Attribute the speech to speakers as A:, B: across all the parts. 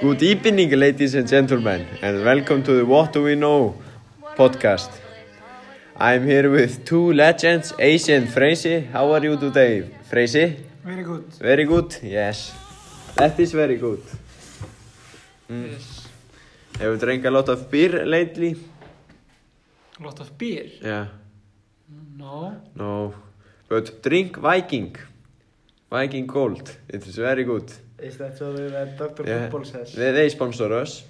A: Good evening ladies and gentlemen and welcome to the What Do We Know podcast. I'm here with two legends, Ace and Freysi. How are you today, Freysi?
B: Very good.
A: Very good? Yes. That is very good.
B: Yes.
A: Have you drank a lot of beer lately?
B: A lot of beer.
A: Yeah.
B: No.
A: No. But drink Viking. Viking Gold. It is very good.
C: Is that so that Dr.
A: Yeah.
C: Football says?
A: They, they sponsor us.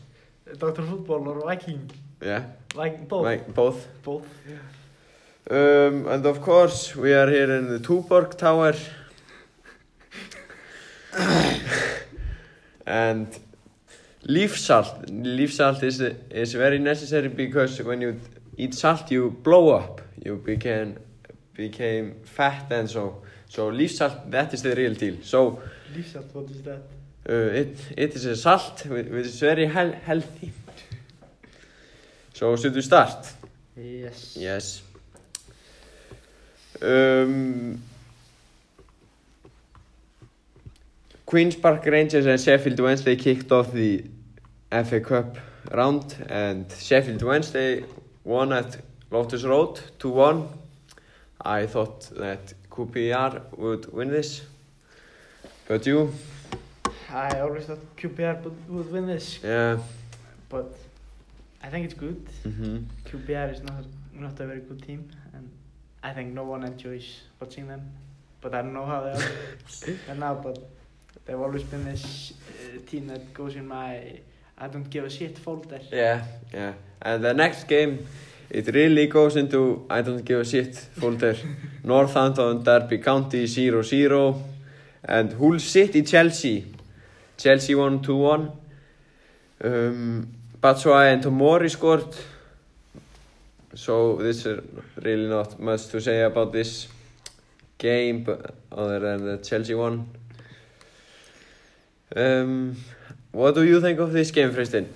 C: Dr. Football or Viking?
A: Yeah.
C: Viking
B: Oh.
C: both?
A: Like both.
C: Both.
A: Um, and of course, we are here in the Tuborg Tower. and leaf salt. Leaf salt is, is very necessary because when you eat salt, you blow up. You became, became fat and so. So leaf salt, that is the real deal. So
C: Leaf salt, what is that?
A: uh, it, it is a salt which which is very hel- healthy. So should we start?
C: Yes.
A: Yes um, Queen's Park Rangers and Sheffield Wednesday kicked off the FA Cup round and Sheffield Wednesday won at Loftus Road 2-1 I thought that QPR would win this but you
C: I always thought QPR would- would win this,
A: yeah
C: but I think it's good.
A: mhm
C: QPR is not, not a very good team, and I think no one enjoys watching them. But I don't know how they are right now, but they've always been this uh, team that goes in my I don't give a shit folder.
A: Yeah, yeah. And the next game, it really goes into I don't give a shit folder. Northampton, Derby County 0-0 and Hull City, Chelsea. Chelsea won 2-1. Um, Batshuayi and Tomori scored. So this is really not much to say about this game but other than the Chelsea one. Um, what do you think of this game, Tristan?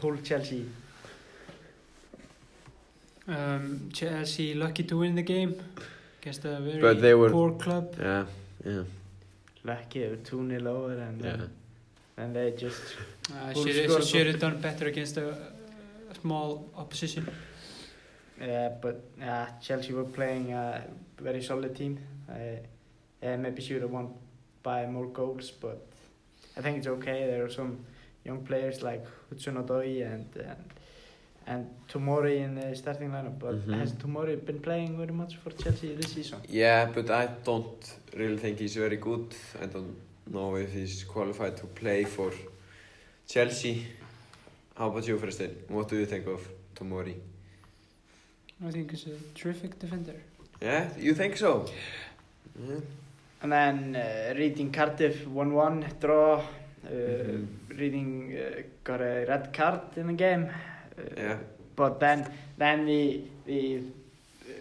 C: Whole Chelsea.
B: Um, Chelsea lucky to win the game against a very
A: But they were-
B: poor club.
A: Yeah, yeah,
C: Lucky, 2 0 over, and
A: yeah.
C: then, and they just
B: Uh,
C: Who
B: should,
C: scored
B: should, should have done better against a, a small opposition.
C: Yeah, but uh, Chelsea were playing a very solid team. Uh, yeah, maybe should have won by more goals, but I think it's okay. There are some young players like Hudson Odoi and, and and Tomori in the starting lineup. But
A: Mhm.
C: has Tomori been playing very much for Chelsea this season?
A: Yeah, but I don't really think he's very good. I don't know if he's qualified to play for Chelsea. How about you, Fristin? What do you think of Tomori?
B: I think he's a terrific defender.
A: Yeah, you think so? Yeah.
C: And then uh, reading Cardiff 1 1 draw. Uh,
A: Mhm.
C: Reading uh, got a red card in the game. Uh,
A: Yeah.
C: But then, then the the uh,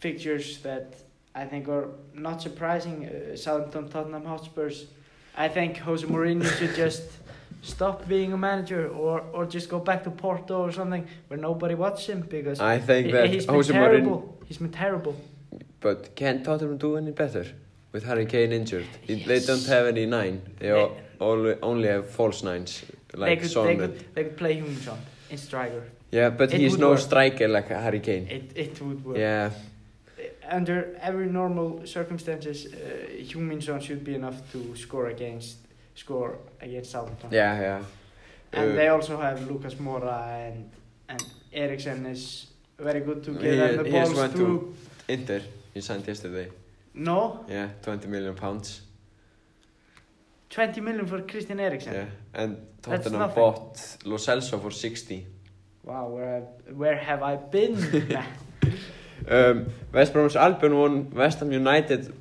C: fixtures that I think are not surprising: uh, Southampton, Tottenham Hotspurs. I think Jose Mourinho should just stop being a manager, or or just go back to Porto or something where nobody watches him because
A: I think
C: he-
A: that
C: he's been
A: Jose Mourinho.
C: terrible. He's been terrible.
A: But can Tottenham do any better with Harry Kane injured? They- They
C: Yes.
A: don't have any nine. They
C: They-
A: all, all, only have false nines like
C: they could
A: Son.
C: they
A: and-
C: could they could play Humason in striker.
A: yeah, but
C: it
A: he's
C: would
A: no
C: work.
A: striker like Harry Kane.
C: It it would work.
A: Yeah,
C: under every normal circumstances, uh, Huminson should be enough to score against score against Southampton.
A: yeah, yeah.
C: And
A: Uh,
C: they also have Lucas Mora and and Eriksen is very good to give
A: He-
C: them the
A: he has
C: balls
A: went
C: to.
A: to- Inter, he signed yesterday.
C: No,
A: Yeah, 20 million pounds.
C: 20 million for Christian Eriksen.
A: Yeah. And
C: That's
A: Tottenham
C: nothing.
A: bought Lo Celso for 60.
C: Wow, where where have I been?
A: Um, West Bromwich Albion won West Ham United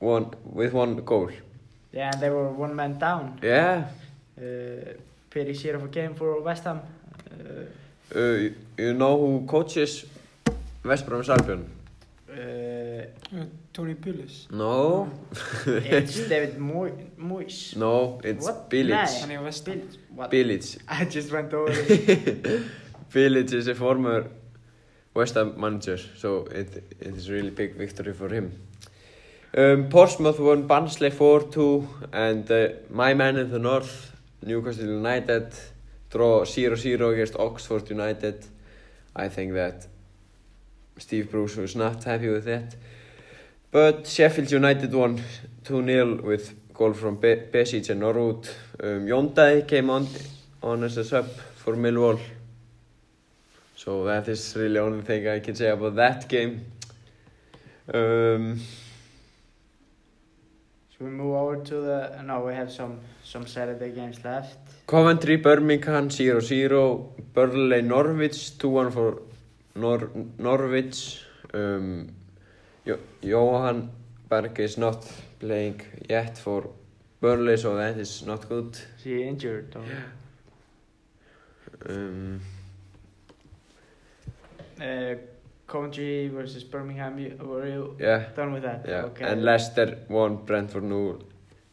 A: won with one goal.
C: yeah, and they were one man down.
A: Yeah.
C: Uh, Perisic of a game for West Ham. Uh,
A: Uh, you- you know who coaches West Bromwich Albion?
C: uh,
B: Uh, Tony Pulis.
A: No.
C: it's David Moy- Moyes.
A: No, it's
C: What?
A: Bilic.
C: Nei.
B: Þannig að West Ham.
C: Bill- what?
A: Bilic.
C: I just went over. it.
A: Bilic is a former West Ham manager, so it, it is really big victory for him. Um, Portsmouth won Barnsley 4-2 and uh, my man in the north, Newcastle United, draw 0-0 against Oxford United. I think that Steve Bruce was not happy with that. But Sheffield United won 2-0 with goal from Be- Besic and Norwood. Um, Yondai came on, on as a sub for Millwall. So that is really only thing I can say about that game. Um,
C: Should we move over to the? No, we have some some Saturday games left.
A: Coventry, Birmingham 0-0, Burnley, Norwich 2-1 for Nor Norwich. Um, jo Johan Berg is not playing yet for Burnley, so that is not good.
C: Is he injured? Or?
A: Um,
C: Uh, Coventry versus Birmingham. You, were you
A: yeah,
C: done with that?
A: yeah.
C: Okay.
A: And Leicester won Brentford 0-0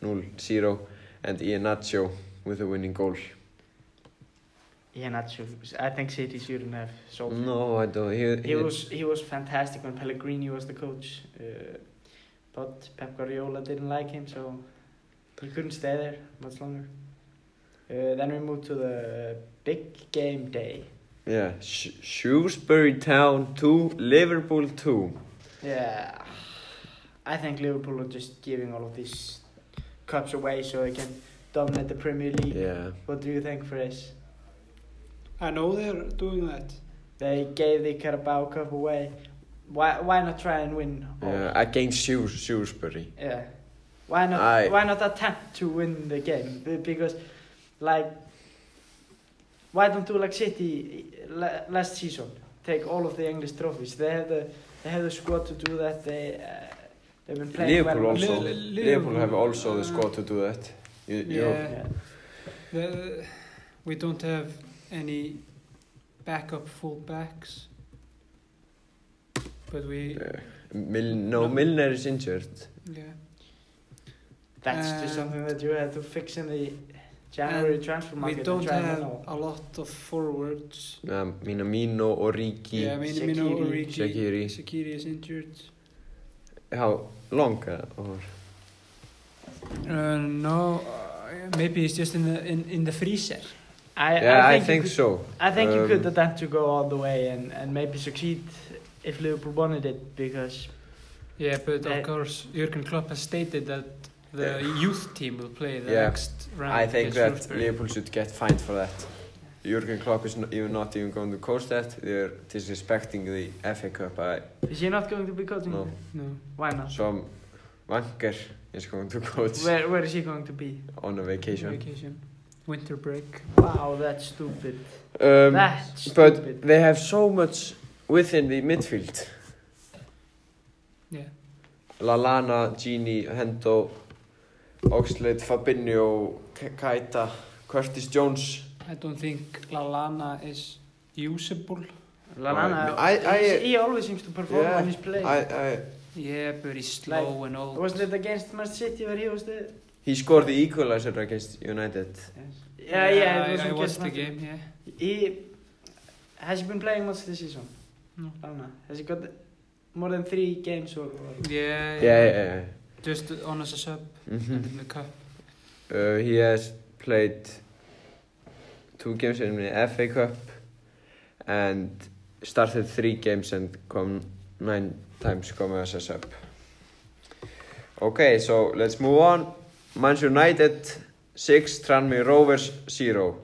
A: and Iheanacho with a winning goal.
C: Yeah, not sure. I think City shouldn't have sold. him.
A: No, I don't. He,
C: He was he was fantastic when Pellegrini was the coach, uh, but Pep Guardiola didn't like him, so he couldn't stay there much longer. Uh, then we moved to the big game day.
A: Yeah, Sh Shrewsbury Town 2, Liverpool 2.
C: Yeah, I think Liverpool are just giving all of these cups away so they can dominate the Premier League.
A: Yeah.
C: What do you think, Chris?
B: I know they're doing that.
C: They gave the Carabao Cup away. Why why not try and win? all?
A: Yeah, against Shrews Shrewsbury.
C: Yeah. Why not?
A: Aye.
C: Why not attempt to win the game? Be- Because, like, why don't do like City la- last season? Take all of the English trophies. They have the they have the squad to do that. They uh, they've been playing
A: Liverpool
C: well.
A: also.
B: Li-
A: Liverpool,
B: Li-
A: have
B: Liverpool,
A: also the
B: uh,
A: squad to do that. You, you know.
B: Yeah.
C: Yeah.
B: The, we don't have any backup fullbacks, but we
A: Yeah. Mil- no, Milner is injured.
B: yeah.
C: That's
B: Uh,
C: just something that you have to fix in the January
B: and
C: transfer
B: we
C: market. and
B: don't
C: try and
B: have
C: win all.
B: a lot of forwards.
A: Um, Minamino, Origi.
B: Yeah, I mean, Mino
C: Shaqiri.
B: Origi,
A: Shaqiri.
B: Shaqiri is injured.
A: How long? uh, Or
B: Uh, no, uh, maybe he's just in the in, in the freezer.
C: I,
A: yeah,
C: I
A: I
C: think, you
A: think
C: could-
A: so.
C: I think you
A: Um,
C: could attempt to go all the way and, and maybe succeed if Liverpool wanted it because
B: Yeah, but
C: Uh,
B: of course Jurgen Klopp has stated that the youth team will play the
A: Yeah.
B: next round.
A: I think
B: against
A: that
B: Shrewsbury.
A: Liverpool should get fined for that. Jurgen Klopp is not even, not even going to coach that. They're disrespecting the FA Cup. I,
C: is he not going to be coaching?
A: No.
B: No.
C: Why not?
A: some wanker is going to coach
C: Where where is he going to be?
A: on a vacation.
B: Vacation. Winter break.
C: Wow, that's stupid.
A: Um,
C: that's stupid.
A: But they have so much within the midfield.
B: Yeah.
A: Lallana, Gini, Hendo, Oxlade, Fabinho, K- Keita, Curtis Jones.
B: I don't think Lalana is usable.
C: Lallana,
A: I- I-
C: he's- he always seems to perform
A: Yeah,
C: when he's playing.
A: I, I,
B: Yeah, but he's slow and old.
C: Wasn't it against Man City where he was there?
A: he scored the equalizer against United.
C: Yeah, yeah, it
B: I-
C: was
B: I,
C: against
B: watched the
C: Man-
B: game. Yeah.
C: He has he been playing much this season?
B: No.
C: Lallana has he got more than three games or? or-
B: Yeah.
A: Yeah, yeah,
B: Just on as a sub
A: yeah.
B: and
A: Mhm.
B: in the cup.
A: Uh, he has played two games in the FA Cup and started three games and come nine times come as a sub. Okay, so let's move on. Manchester United 6, Tranmere Rovers 0.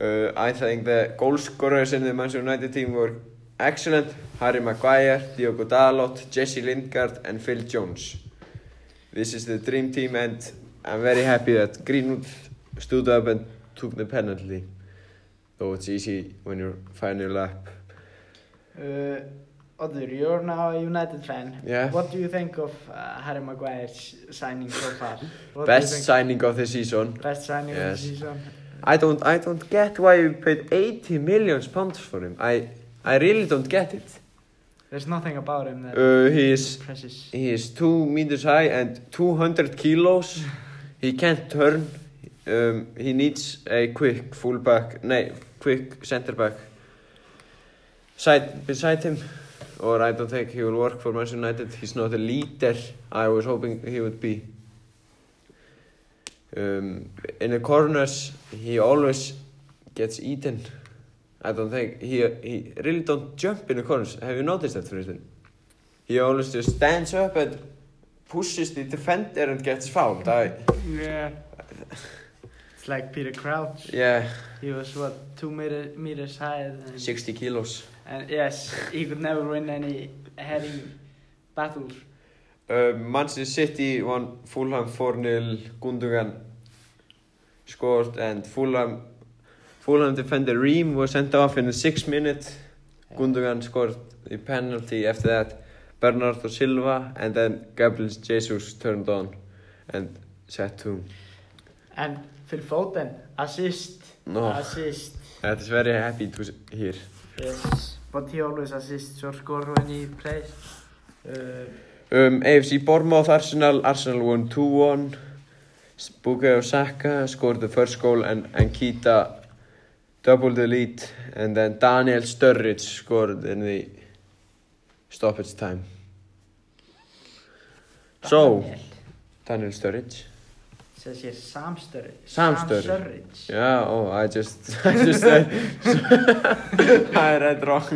A: Uh, I think the goal scorers in the Manchester United team were excellent. Harry Maguire, Diogo Dalot, Jesse Lingard and Phil Jones. This is the dream team and I'm very happy that Greenwood stood up and took the penalty. Though it's easy when you're final lap.
C: Uh, Odur, you're now a United fan.
A: Yeah.
C: What do you think of uh, Harry Maguire's signing so far? What do you
A: Best
C: think?
A: signing of the season.
C: Best signing
A: Yes.
C: of the season.
A: I don't I don't get why you paid 80 million pounds for him. I I really don't get it.
C: There's nothing about him that
A: Uh, he is
C: impresses.
A: he is 2 meters high and 200 kilos. He can't turn. Um, he needs a quick fullback, nei, quick center back. Side beside him or I don't think he will work for Manchester United. He's not a leader I was hoping he would be. Um, in the corners, he always gets eaten. I don't think he he really don't jump in the corners. Have you noticed that, for instance? He always just stands up and pushes the defender and gets fouled. I
C: Yeah. it's like Peter Crouch.
A: yeah,
C: He was what two meter, meters high. And,
A: sixty kilos.
C: And yes, he could never win any heading battles.
A: Uh, Manchester City won Fulham 4-0 Gundogan scored and Fulham Fulham defender Ream was sent off in the 6 minute Gundogan scored the penalty after that Bernardo Silva and then Gabriel Jesus turned on and set two
C: And Phil Foden assist,
A: no,
C: assist.
A: that is very happy to s- hear
C: Yes, but he always assists or scores when he plays. Uh,
A: um, AFC Bournemouth Arsenal Arsenal won 2-1 Bukayo Saka scored the first goal and Ankita doubled the lead and then Daniel Sturridge scored in the stoppage time So,
C: Daniel.
A: Daniel Sturridge
C: says here Sam Sturridge.
A: Sam Sturridge. Yeah, oh, I just, I just said, I read wrong.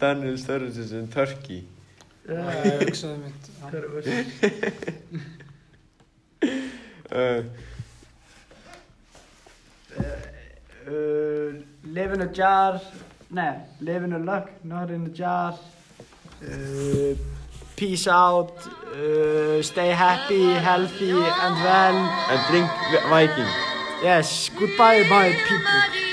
A: Daniel Sturridge is in Turkey.
B: Ég hugsaði mitt hann.
C: Sturridge.
A: Uh,
C: Uh, live in a jar. Nei, live in a luck, not in a jar. Uh, peace out. Uh, stay happy, healthy and well.
A: and drink Viking.
C: Yes, goodbye my people.